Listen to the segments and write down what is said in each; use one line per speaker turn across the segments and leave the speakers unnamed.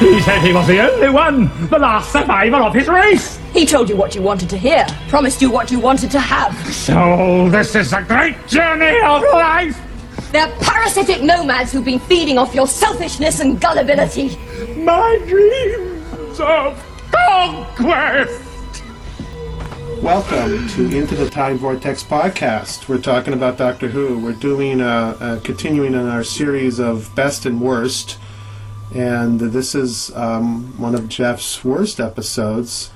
He said he was the only one, the last survivor of his race.
He told you what you wanted to hear, promised you what you wanted to have.
So this is a great journey of life.
They're parasitic nomads who've been feeding off your selfishness and gullibility.
My dreams of conquest.
Welcome to Into the Time Vortex podcast. We're talking about Doctor Who. We're doing uh, uh, continuing on our series of best and worst, and this is um, one of Jeff's worst episodes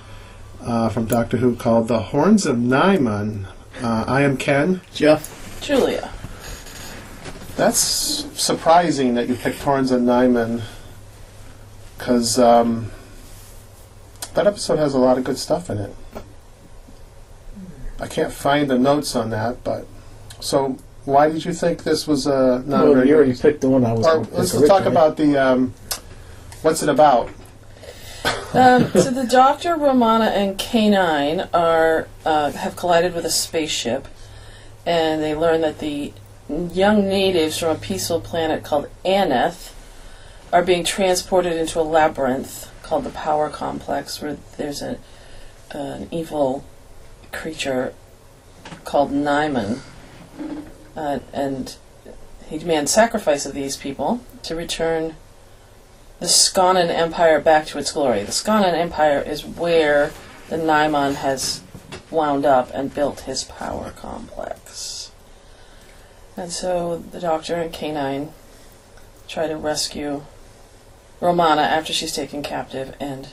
uh, from Doctor Who called "The Horns of Naiman." Uh, I am Ken.
Jeff.
Julia.
That's surprising that you picked Horns of Naiman, because um, that episode has a lot of good stuff in it. I can't find the notes on that, but so why did you think this was a
Well, you
non-regular?
already picked the one I was.
Or
gonna pick
let's just talk
originally.
about the um, what's it about?
Um, so the Doctor, Romana, and K9 are uh, have collided with a spaceship, and they learn that the young natives from a peaceful planet called Aneth are being transported into a labyrinth called the Power Complex, where there's a, an evil creature called Naiman, uh, and he demands sacrifice of these people to return the Skanan Empire back to its glory. The Skanan Empire is where the Naiman has wound up and built his power complex. And so the Doctor and K9 try to rescue Romana after she's taken captive and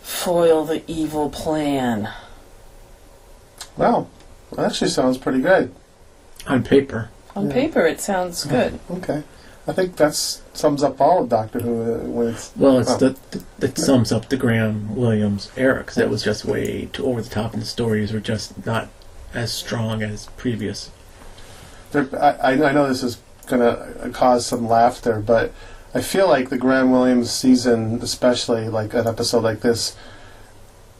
foil the evil plan.
Well, that actually sounds pretty good.
on paper.
On
Yeah.
paper, it sounds good.
Okay, I think that sums up all of Doctor Who. uh, When it's
Well, it's
Oh.
the, it sums up the Graham Williams era 'cause that was just way too over the top, and the stories were just not as strong as previous.
there, I, I I know this is gonna cause some laughter, but I feel like the Graham Williams season, especially like an episode like this,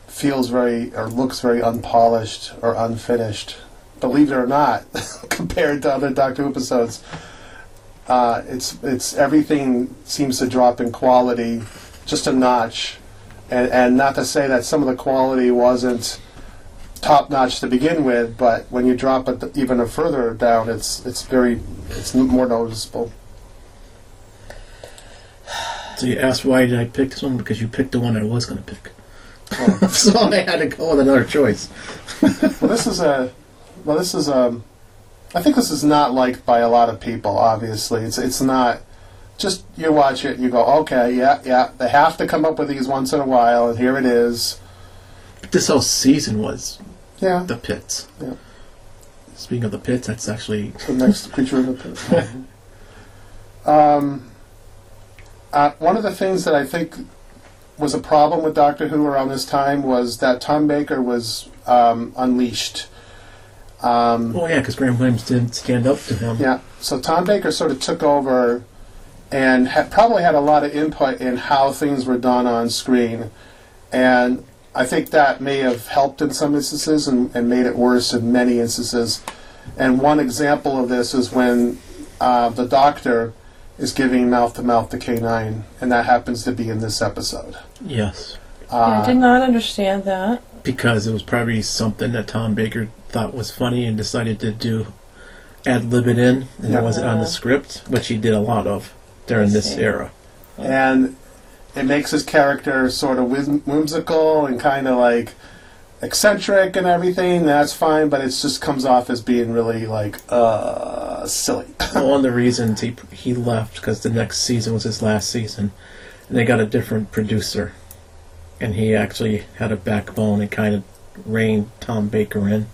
feels very or looks very unpolished or unfinished. Believe it or not, compared to other Doctor Who episodes, uh, it's it's everything seems to drop in quality just a notch, and and not to say that some of the quality wasn't top notch to begin with, but when you drop it th- even further down, it's it's very it's n- more noticeable.
So you asked why did I pick this one because you picked the one I was going to pick.
Oh.
so I had to go with another choice.
Well, this is a well, this is um, I think this is not liked by a lot of people. Obviously, it's it's not just you watch it and you go, okay, yeah, yeah. They have to come up with these once in a while, and here it is.
But this whole season was
Yeah,
the pits.
Yeah.
Speaking of the pits, that's actually
the next creature in the pit. um, uh, one of the things that I think was a problem with Doctor Who around this time was that Tom Baker was um, unleashed. Um,
oh yeah, because Graham Williams didn't stand up to him.
yeah. So Tom Baker sort of took over and ha- probably had a lot of input in how things were done on screen. And I think that may have helped in some instances and, and made it worse in many instances. And one example of this is when uh, the doctor is giving mouth to mouth to K9, and that happens to be in this episode.
Yes.
Uh,
I did not understand that.
because it was probably something that Tom Baker thought was funny and decided to do ad lib it in, and
Yeah.
it wasn't on the script, which he did a lot of during
Uh-huh. I
this
see.
era.
and it makes his character sort of whim- whimsical and kind of like eccentric and everything. That's fine, but it just comes off as being really like uh silly.
One of the reasons he he left because the next season was his last season, and they got a different producer, and he actually had a backbone and kind of reined Tom Baker in,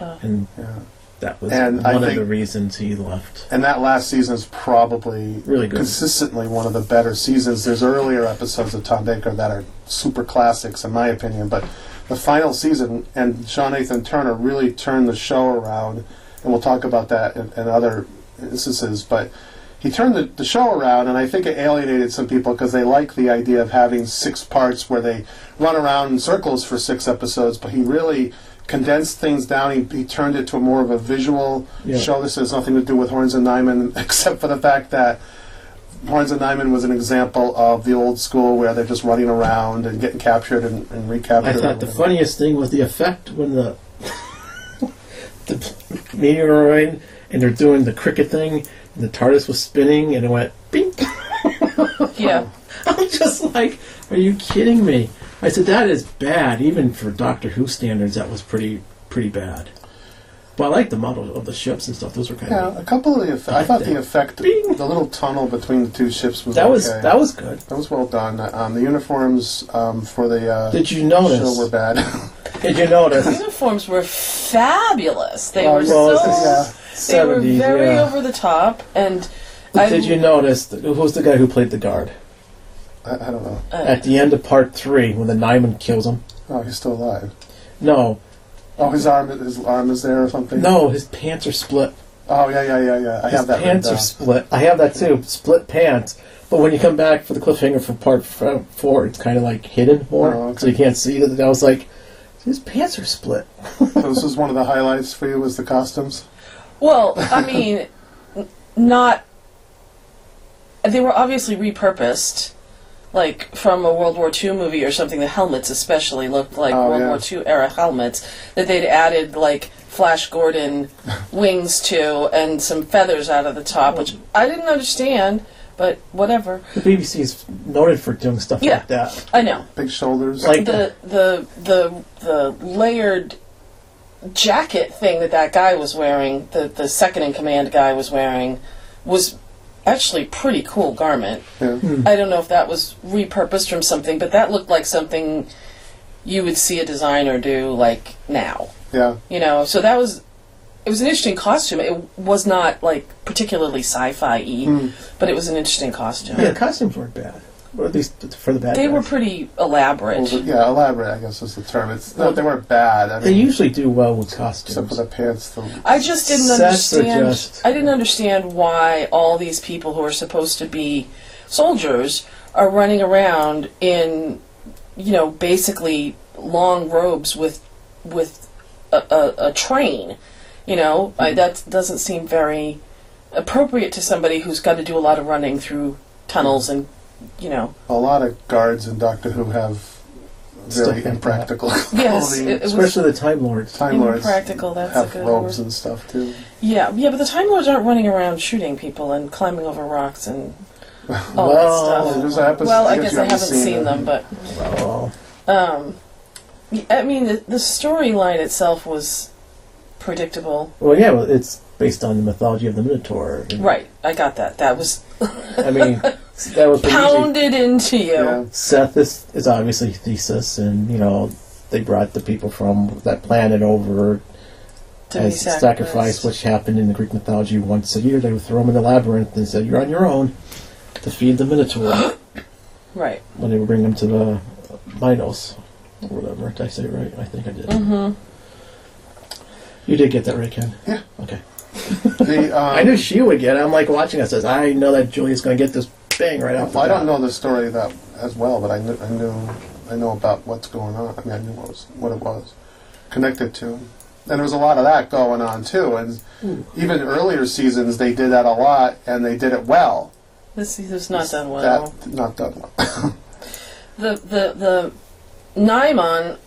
Oh.
and
Yeah.
that was
And I
one of
think-
the reasons he left.
And that last season is probably
Really good.
consistently one of the better seasons. There's earlier episodes of Tom Baker that are super classics, in my opinion, but the final season and Sean Nathan Turner really turned the show around, and we'll talk about that in, in other instances, but he turned the, the show around, and I think it alienated some people because they like the idea of having six parts where they run around in circles for six episodes, but he really condensed things down. He, he turned it to a more of a visual
Yeah.
show. This has nothing to do with Horns and Nyman except for the fact that Barnes and Nyman was an example of the old school where they're just running around and getting captured and, and
I
recaptured.
thought the funniest thing was the effect when the the meteoroid and they're doing the cricket thing and the TARDIS was spinning and it went beep.
Yeah.
I'm just like, are you kidding me? I said that is bad, even for Doctor Who standards. That was pretty pretty bad. But I like the model of the ships and stuff. Those were
Oh.
kind of
yeah, a couple of the. Eff- I thought the effect,
Bing.
the little tunnel between the two ships was
that was
okay.
that was good.
That was well done. Um, the uniforms um, for the uh,
Did you
show were
notice?
bad.
Did you notice?
Uniforms were fabulous. They
Oh,
were
well,
so.
yeah.
They were
70s,
very
yeah.
over the top, and I,
Did you notice? th- Who was the guy who played the guard
I, I don't know.
at the end of part three when the Nyman kills him?
Oh, he's still alive.
No,
Oh, his arm, his arm is there or something.
no, his pants are split.
Oh yeah, yeah, yeah, yeah. I
His
have that. written
pants are
down.
split. I have that too. Split pants. But when you come back for the cliffhanger for part f- four, it's kind of like hidden more,
Oh, okay.
so you can't see that. And I was like, his pants are split.
so this was one of the highlights for you was the costumes.
well, I mean, n- not. They were obviously repurposed, like from a World War II movie or something. The helmets especially looked like
Oh,
World
yeah.
War II era helmets that they'd added like Flash Gordon wings to and some feathers out of the top, which I didn't understand, but whatever.
The BBC is noted for doing stuff
Yeah.
like that.
I know.
Big shoulders.
Like
the the the the layered jacket thing that that guy was wearing, the the second in command guy was wearing, was actually pretty cool garment.
yeah.
hmm.
I don't know if that was repurposed from something, but that looked like something you would see a designer do like now.
yeah.
You know, so that was it was an interesting costume. It was not like particularly sci-fi y, but it was an interesting costume.
yeah, the costumes weren't bad, or at least for the bad.
They
guys.
were pretty elaborate.
Well, yeah, elaborate. I guess is the term. It's not they weren't bad. I
They
mean,
usually do well with costumes.
except for the pants. The,
I just didn't
Sets are
understand.
just-
I didn't understand why all these people who are supposed to be soldiers are running around in, you know, basically long robes with with a, a, a train. You know,
Hmm.
I, that doesn't seem very appropriate to somebody who's got to do a lot of running through tunnels
Hmm.
and, you know,
a lot of guards in Doctor Who have
Stuff
very
like that.
impractical
yes,
clothing.
it, it was
especially the Time Lords.
Time Lords
impractical. That's a
have
good
robes
word.
and stuff too.
Yeah, yeah, but the Time Lords aren't running around shooting people and climbing over rocks and
Well,
all that stuff.
Well, there's an episode-
Well, I
I guess
guess
you
I
haven't
haven't seen,
seen
them, but
Oh,
um, y- I mean, the, the storyline itself was predictable.
well, yeah, well, it's based on the mythology of the Minotaur. and-
Right, I got that. That was
I mean, that was pretty easy.
pounded into you.
Yeah.
Seth is, is obviously Thesis, and you know they brought the people from that planet over
To be
as
sacrificed.
sacrifice, which happened in the Greek mythology once a year. They would throw them in the labyrinth and said, "You're on your own to feed the Minotaur."
Right.
when they would bring them to the Minos or whatever. Did I say it right? I think I did.
Mm-hmm.
You did get that right, Ken.
Yeah.
Okay.
The, um,
I knew she would get it. I'm like watching us. Says, I know that Julia's going to get this bang right off. the
Well, I don't
bat."
know the story that as well, but I knew, I knew I know about what's going on. I mean, I knew what was what it was connected to, and there was a lot of that going on too. And
Hmm.
even earlier seasons, they did that a lot, and they did it well.
This is not done well.
That not done well.
the the the Nymon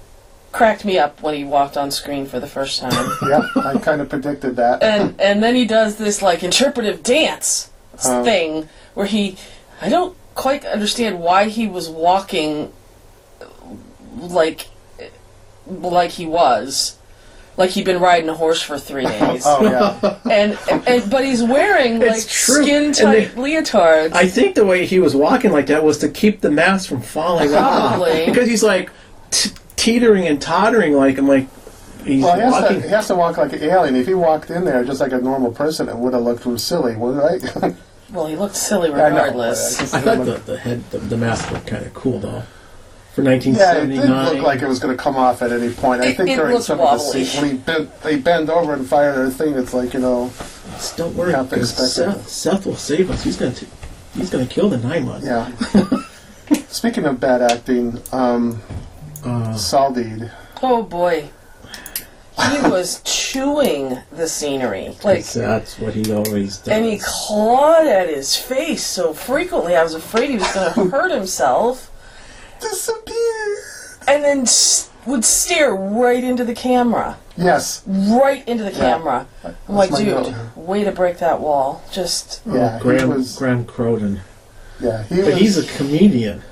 cracked me up when he walked on screen for the first time.
yeah, I kind of predicted that.
and and then he does this like interpretive dance s-
Huh.
thing where he I don't quite understand why he was walking uh, like like he was like he'd been riding a horse for three days
Oh yeah,
and, and but he's wearing like
It's true.
skin
And
tight
they-
leotards
I think the way he was walking like that was to keep the mask from falling
Ah.
off.
Probably.
Because he's like t- teetering and tottering, like I'm like he's
well, he has, to,
walking.
he has to walk like an alien. If he walked in there just like a normal person, it would have looked silly, would right?
well he looked silly
I know.
regardless
I thought the, the head, the, the mask looked kind of cool though, for
Yeah, it didn't
1979.
look like it was going to come off at any point. I
It-
think
it
during
looked
some of
wobbly.
the scenes, when he bent, they bend over and fire their thing, it's like, you know,
Just don't worry,
Yeah, I think
'cause
it's better.
Seth, Seth will save us. He's gonna t- he's gonna kill the nine months.
yeah. Speaking of bad acting, um,
Uh,
Saldeed.
oh boy he was chewing the scenery. Like,
'Cause that's what he always does.
and he clawed at his face so frequently, I was afraid he was going to hurt himself.
Disappear.
And then s- would stare right into the camera.
Yes.
Oh,
Right into the camera. I'm like,
my
dude,
note. Mm.
way to break that wall. Just.
Yeah, he
Graham,
was.
Graham Croden.
Yeah, he
But
was.
he's a comedian.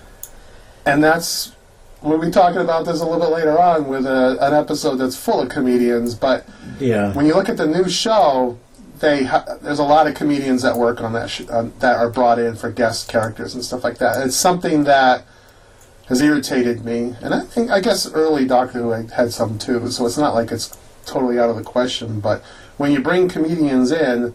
and that's we'll be talking about this a little bit later on with a, an episode that's full of comedians. But
Yeah.
when you look at the new show, they ha- there's a lot of comedians that work on that sh- um, that are brought in for guest characters and stuff like that. It's something that has irritated me, and I think I guess early Doctor Who had- had some too. So it's not like it's totally out of the question. But when you bring comedians in.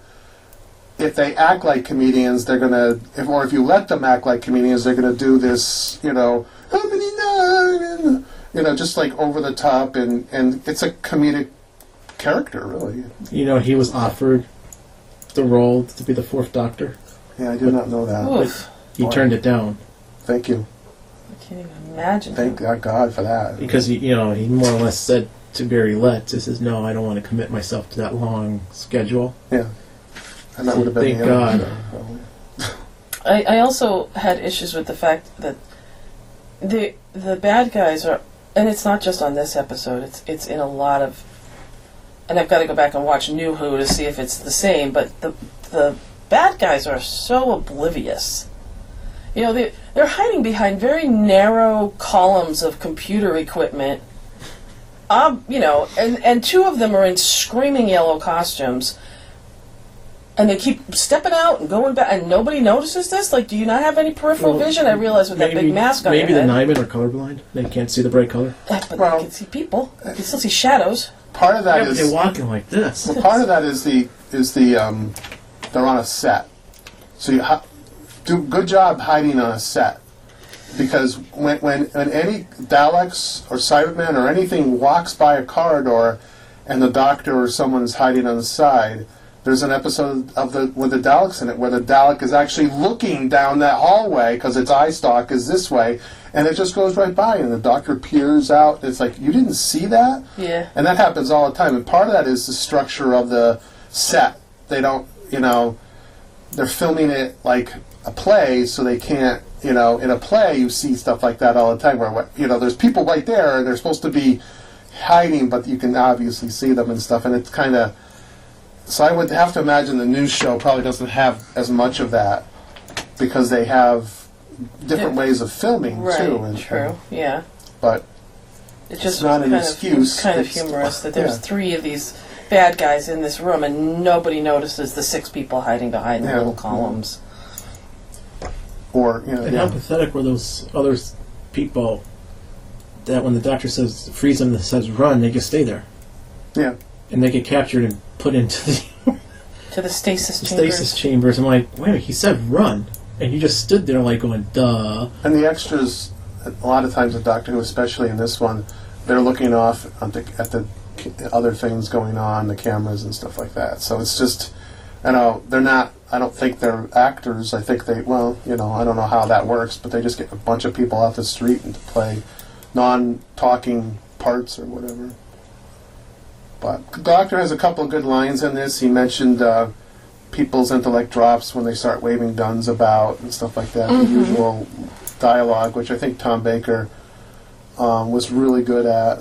If they act like comedians, they're gonna. If, or if you let them act like comedians, they're gonna do this. You know, how many nine? You know, just like over the top, and and it's a comedic character, really.
You know, he was offered the role to be the fourth doctor.
Yeah, I did not know that.
Oof.
He
Boy.
turned it down
Thank you.
I can't even imagine.
Thank God for that.
because, he, you know, he more or less said to Gary Letts, he says, no, I don't want to commit myself to that long schedule.
Yeah. And that would have been
Thank
the end.
God.
I, I also had issues with the fact that the the bad guys are, and it's not just on this episode. It's it's in a lot of, and I've got to go back and watch New Who to see if it's the same. But the the bad guys are so oblivious. You know they they're hiding behind very narrow columns of computer equipment. Um, you know, and and two of them are in screaming yellow costumes and they keep stepping out and going back, and nobody notices this. Like, do you not have any peripheral
Well,
vision? I realize with that big mask on
maybe
your
the
head.
Nyman are colorblind. They can't see the bright color.
Eh, but
Well-
you can see people. You can still see shadows.
Part of
Yeah,
that
but
is
they're walking like this.
well, part of that is the is the um, they're on a set, so you hi- do good job hiding on a set because when when when any Daleks or Cyberman or anything walks by a corridor, and the doctor or someone's hiding on the side. There's an episode of the with the Daleks in it where the Dalek is actually looking down that hallway because its eye stalk is this way, and it just goes right by, and the doctor peers out. It's like you didn't see that.
Yeah.
And that happens all the time. And part of that is the structure of the set. They don't, you know, they're filming it like a play, so they can't, you know, in a play you see stuff like that all the time where, you know, there's people right there and they're supposed to be hiding, but you can obviously see them and stuff. And it's kind of. So I would have to imagine the news show probably doesn't have as much of that because they have different
Yeah.
ways of filming too.
Right.
and-
True. Yeah.
But
It just
not
was
an
kind
excuse,
Of, kind of
it's-
humorous that there's
yeah.
three of these bad guys in this room, and nobody notices the six people hiding behind the
Yeah.
little columns.
or you know,
And how
yeah.
pathetic were those other s- people that when the doctor says freeze them, that says run, they just stay there
yeah.
and they get captured and put into the
To the stasis chambers.
stasis chambers. I'm like, wait, a minute, he said run, and you just stood there like going, duh.
And the extras, a lot of times with Doctor Who, especially in this one, they're looking off at the, at the c- other things going on, the cameras and stuff like that. So it's just, you know, they're not. I don't think they're actors. I think they, well, you know, I don't know how that works, but they just get a bunch of people out the street and to play non-talking parts or whatever. But the Doctor has a couple of good lines in this. He mentioned. Uh, People's intellect drops when they start waving guns about and stuff like that. The usual dialogue, which I think Tom Baker um, was really good at.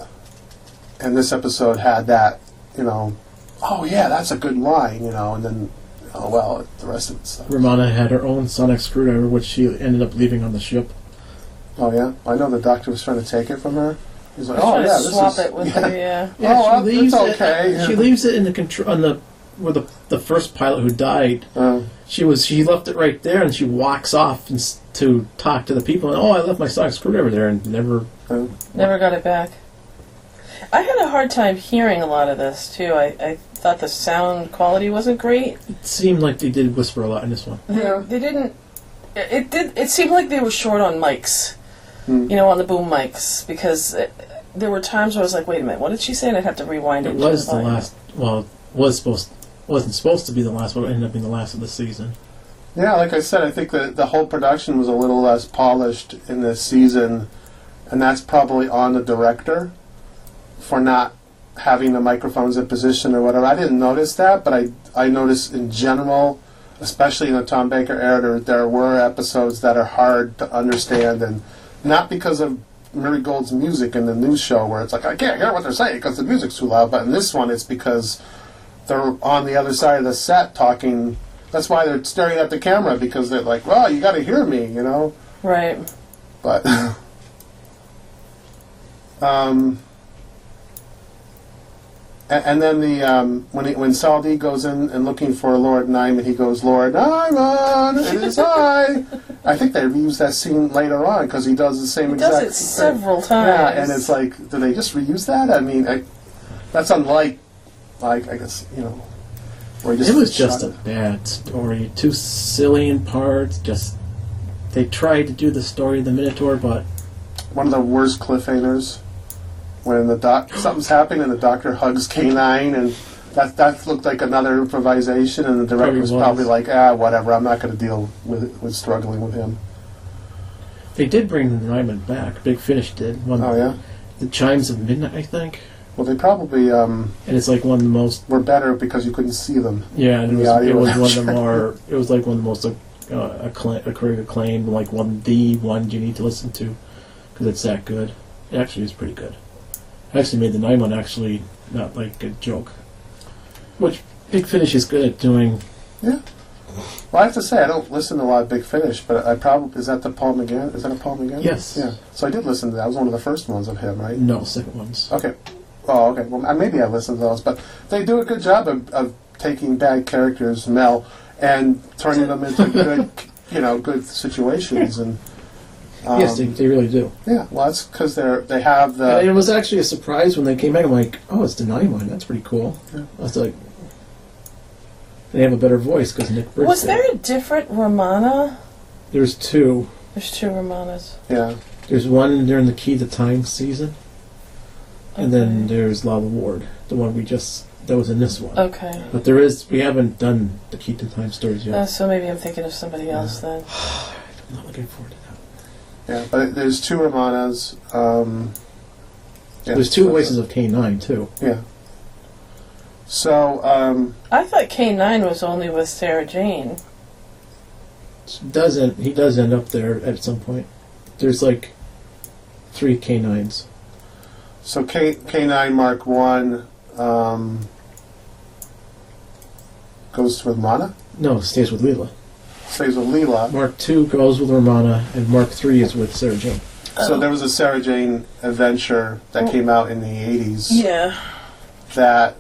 And this episode had that, you know, oh yeah, that's a good line, you know, and then, oh well, the rest of it stuff.
Romana had her own sonic screwdriver, which she ended up leaving on the ship.
Oh yeah, I know the doctor was trying to take it from her. He's like,
Just
oh
trying
yeah,
to
this
swap
is,
it with
yeah.
the, yeah.
Oh, uh,
she
it's
leaves
okay,
It,
yeah.
She leaves it in the control on the where the the first pilot who died.
Uh,
She was she left it right there, and she walks off and, s- to talk to the people. And oh, I left my sonic screwdriver there, and never
uh,
Never got it back. I had a hard time hearing a lot of this too. I, I thought the sound quality wasn't great.
seemed like they did whisper a lot in this one.
yeah.
They didn't. It it did. It seemed like they were short on mics. You know, on the boom mics because it, there were times where I was like, "Wait a minute, what did she say?" And I'd have to rewind it.
It
and
was
check
the
volume.
last. Well, was supposed wasn't supposed to be the last, but it ended up being the last of the season.
Yeah, like I said, I think that the whole production was a little less polished in this season, and that's probably on the director for not having the microphones in position or whatever. I didn't notice that, but I I noticed in general, especially in the Tom Baker era, there, there were episodes that are hard to understand, and not because of Mary Gold's music in the news show where it's like I can't hear what they're saying because the music's too loud, but in this one it's because they're on the other side of the set talking. That's why they're staring at the camera because they're like, "Well, you got to hear me," you know.
Right.
But um, a- and, then the um, when he, when Saldi goes in and looking for Lord Nyman, he goes, "Lord Nyman, it is I." I think they reused that scene later on because he does the same
He
exact
does it
thing.
several times.
Yeah, and it's like, do they just reuse that? I mean, I, that's unlike, like I guess you know, where you
It was just a
shot-
bad story. Too silly in parts. Just they tried to do the story of the Minotaur, but
one of the worst cliffhangers when the doc something's happening and the doctor hugs canine and that that looked like another improvisation and the director
Probably
was
was.
probably like ah whatever I'm not going to deal with with struggling with him
they did bring Ryman back. Big Finish did. One,
oh yeah
The Chimes of Midnight, I think.
well they probably um,
And it's like one of the most.
were better because you couldn't see them
Yeah, and it was,
Yeah,
it
you
was
were-
one of the more. It was like one of the most uh, accla- accla- acclaimed, like one the one you need to listen to because it's that good. It actually is pretty good. I actually made the nine one actually not like a joke, which Big Finish is good at doing.
well I have to say I don't listen to a lot of Big Finish but I probably is that the Paul McGann is that a Paul McGann
Yes.
yeah so I did listen to that It was one of the first ones of him right
No, second ones.
Okay. Oh, okay. Well, maybe I listen to those, but they do a good job of, of taking bad characters, Mel, and turning them into good, you know, good situations. And um,
yes, they, they really do.
yeah, well, that's because they're they have
Uh,
and it
the
was actually a surprise when they came back. I'm like, oh, it's the nine one. That's pretty cool.
Yeah.
I was like, they have a better voice because Nick Briggs.
Was
did.
there a different Romana?
There's two.
There's two Romanas.
yeah.
There's one during the Key to Time season, and then there's Lala Ward, the one we just that was in this one.
Okay.
But there is we haven't done the Key to Time stories yet.
Uh, so maybe I'm thinking of somebody else then.
I'm not looking forward to that.
Yeah, but there's two Romanas. Um, yeah,
There's two
that's
voices
it.
of K nine too.
Yeah. So um,
I thought K9 was only with Sarah Jane.
Doesn't he does end up there at some point? There's like three K nines.
So K K nine Mark One um, goes with Mana,
No, stays with Leela.
stays with Leela.
Mark two goes with Romana, and Mark three is with Sarah Jane.
So there was a Sarah Jane adventure that came out in the 80s
Yeah.
that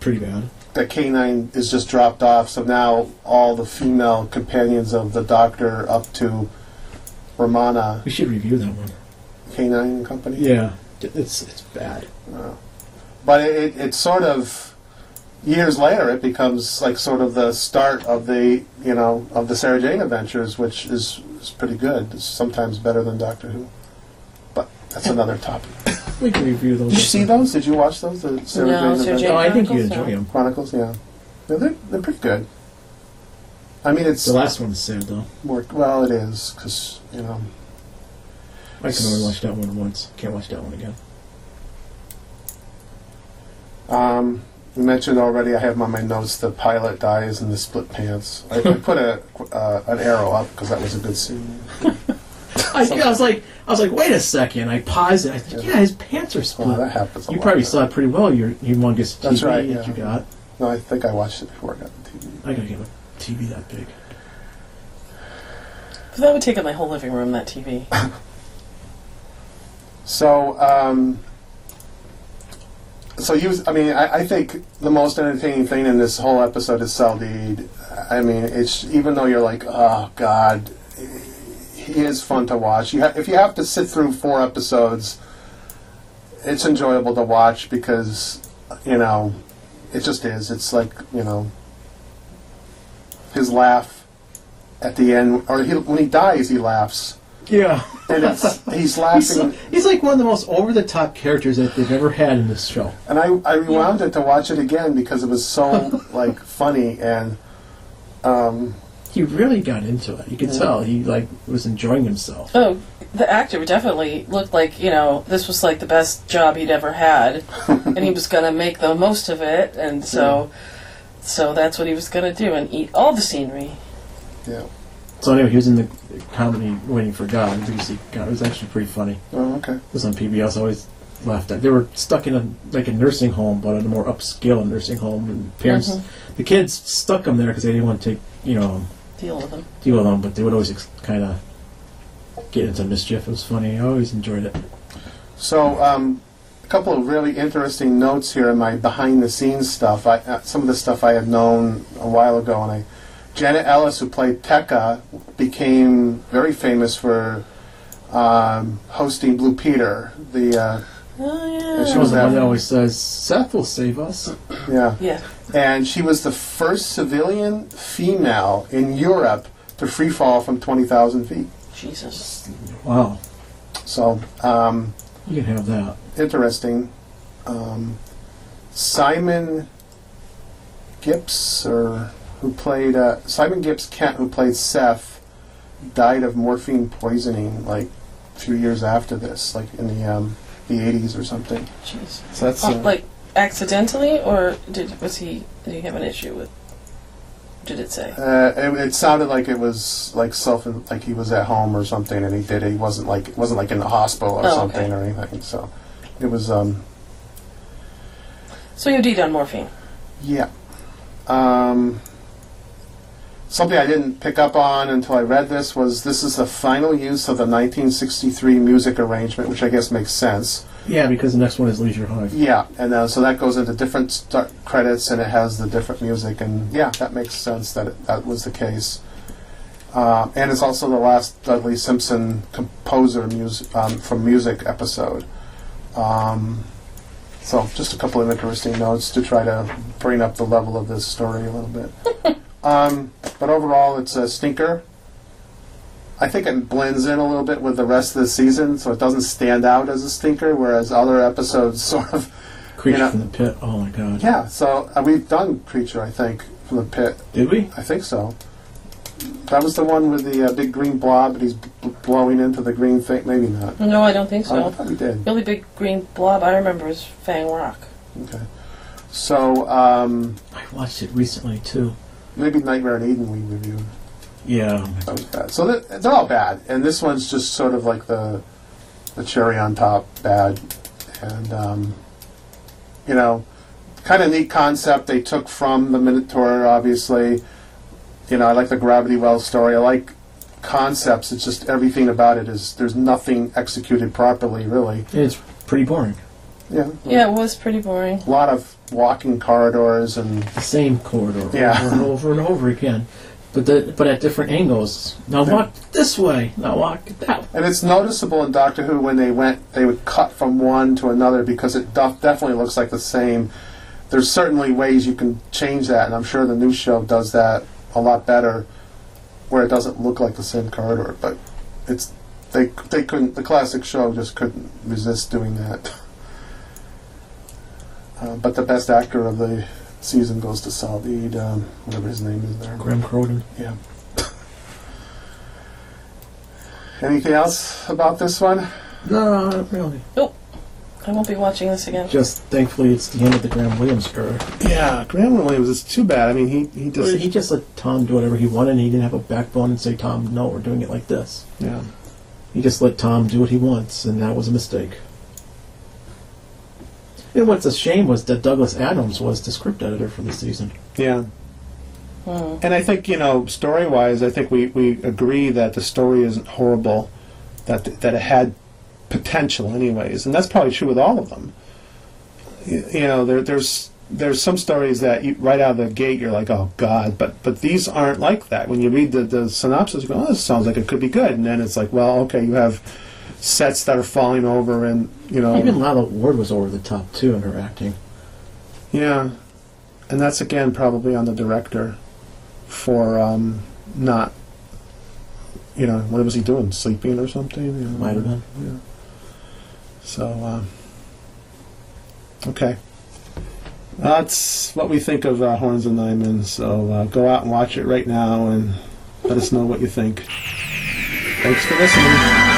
Pretty bad.
that canine is just dropped off. So now all the female companions of the Doctor up to Romana,
We should review that one.
canine and company.
Yeah, it's it's bad.
But it, it, it's sort of years later it becomes like sort of the start of the you know of the Sarah Jane adventures, which is, is pretty good. It's sometimes better than Doctor Who. But that's another topic.
We can review those.
Did you see those? Did you watch those? The Sarah
No,
Jane
Sarah
adventures?
Jane
No, I think you
Chronicles,
enjoy
no.
them.
Chronicles, yeah. No, they're, they're pretty good. I mean, it's
The last one's sad though.
more, well, it is, because, you know.
I can only watch that one once. Can't watch that one again.
Um, you mentioned already, I have on my notes the pilot dies and the split pants. I, I put a, uh, an arrow up because that was a good scene.
I, I was like, I was like, wait a second. I paused it. I said, yeah, his pants are split.
Well, Oh, that happens a
you
lot.
probably saw it pretty well. Your humongous
That's
TV
right,
that
yeah.
you got.
No, I think I watched it before I got the TV.
I gotta get a TV that big.
But that would take up my whole living room, that TV.
So, um, so you, I mean, I, I think the most entertaining thing in this whole episode is Saldeed. I mean, it's even though you're like, oh god, he is fun to watch. You ha- if you have to sit through four episodes, it's enjoyable to watch because you know it just is. It's like you know his laugh at the end, or he, when he dies, he laughs,
Yeah,
and it's, he's
he's,
laughing.
so- he's like one of the most over-the-top characters that they've ever had in this show.
And I, I rewound it to watch it again because it was so like funny and um,
He really got into it. You could tell he like was enjoying himself.
oh, the actor definitely looked like, you know, this was like the best job he'd ever had. and he was going to make the most of it, and so so that's what he was going to do and eat all the scenery.
Yeah.
So anyway, he was in the comedy Waiting for God. and BBC God. It was actually pretty funny.
Oh, okay.
It was on PBS. I always laughed at. They were stuck in a like a nursing home, but a more upscale nursing home, and parents, the kids stuck them there because they didn't want to take you know
Deal with him.
deal with them, but they would always ex- kind of get into mischief. It was funny. I always enjoyed it.
So, um, a couple of really interesting notes here in my behind-the-scenes stuff. I, uh, some of the stuff I had known a while ago, and I, Janet Ellis, who played Tekka, became very famous for um, hosting Blue Peter. The uh,
Oh,
And
yeah.
She was the
that
one that
one?
always says, "Seth will save us."
yeah,
yeah.
and she was the first civilian female in Europe to free fall from twenty thousand feet.
Jesus.
Wow,
So. Um,
you can have that.
interesting. Um, Simon Gips, or who played uh, Simon Gips Kent, who played Seth, died of morphine poisoning like a few years after this, like in the um, the 80s or something.
Jeez.
So that's
Oh,
uh,
like accidentally, or did was he? Did he have an issue with? Did it say?
uh, it, it sounded like it was like self, like he was at home or something, and he did it. He wasn't like it wasn't like in the hospital or
Oh,
something
okay.
or anything. So it was um,
So you did on morphine.
Yeah. Um, something I didn't pick up on until I read this was this is the final use of the 1963 music arrangement, which I guess makes sense.
Yeah, because the next one is Leisure Hive.
Yeah, and uh, so that goes into different start credits and it has the different music, and yeah, that makes sense that it, that was the case. Uh, and it's also the last Dudley Simpson composer mus- um, from music episode. Um, so just a couple of interesting notes to try to bring up the level of this story a little bit. um, but overall, it's a stinker. I think it blends in a little bit with the rest of the season, so it doesn't stand out as a stinker, whereas other episodes sort of
Creature
You know-
from the Pit. Oh my God.
yeah, so uh, we've done Creature, I think, from the pit.
Did we?
I think so. That was the one with the uh, big green blob, and he's b- b- blowing into the green thing. Maybe not.
No, I don't think so.
Oh, I thought we did.
Really big green blob. I remember was Fang Rock.
Okay. So um,
I watched it recently too.
maybe Nightmare in Eden we reviewed.
Yeah.
That was bad. So th- they're all bad, and this one's just sort of like the the cherry on top bad, and um, you know, kind of neat concept they took from the Minotaur, obviously. You know, I like the gravity well story. I like concepts. It's just everything about it is there's nothing executed properly, really.
It's pretty boring.
Yeah,
Yeah, it was pretty boring.
a lot of walking corridors and
The same corridor
Yeah.
over and over and over again, but the, but at different angles. Now walk this way. Now walk that. way.
And it's noticeable in Doctor Who when they went, they would cut from one to another because it def- definitely looks like the same. There's certainly ways you can change that, and I'm sure the new show does that a lot better, where it doesn't look like the same corridor. But it's they they couldn't the classic show just couldn't resist doing that. Uh, but the best actor of the season goes to Salid, um, whatever his name is there.
Graham Cronin.
Yeah. Anything else about this one?
No, not really.
I won't be watching this again.
Just thankfully, it's the end of the Graham Williams era.
Yeah, Graham Williams is too bad. I mean, he he
Well, he just let Tom do whatever he wanted, and he didn't have a backbone and say, Tom, no, we're doing it like this.
yeah.
He just let Tom do what he wants, and that was a mistake. And what's a shame was that Douglas Adams was the script editor for the season.
Yeah. And I think, you know, story wise, I think we, we agree that the story isn't horrible, that, that it had potential, anyways. And that's probably true with all of them. You, you know, there, there's there's some stories that you, right out of the gate you're like, oh, God. But but these aren't like that. When you read the, the synopsis, you go, oh, this sounds like it could be good. And then it's like, well, okay, you have sets that are falling over and, you know.
Even Lila Ward was over the top, too, in her acting.
Yeah, and that's again probably on the director for um, not, you know, what was he doing? Sleeping or something? You know?
Might have been.
So, um, okay. That's what we think of uh, Horns and Nyman. So uh, go out and watch it right now and let us know what you think. Thanks for listening.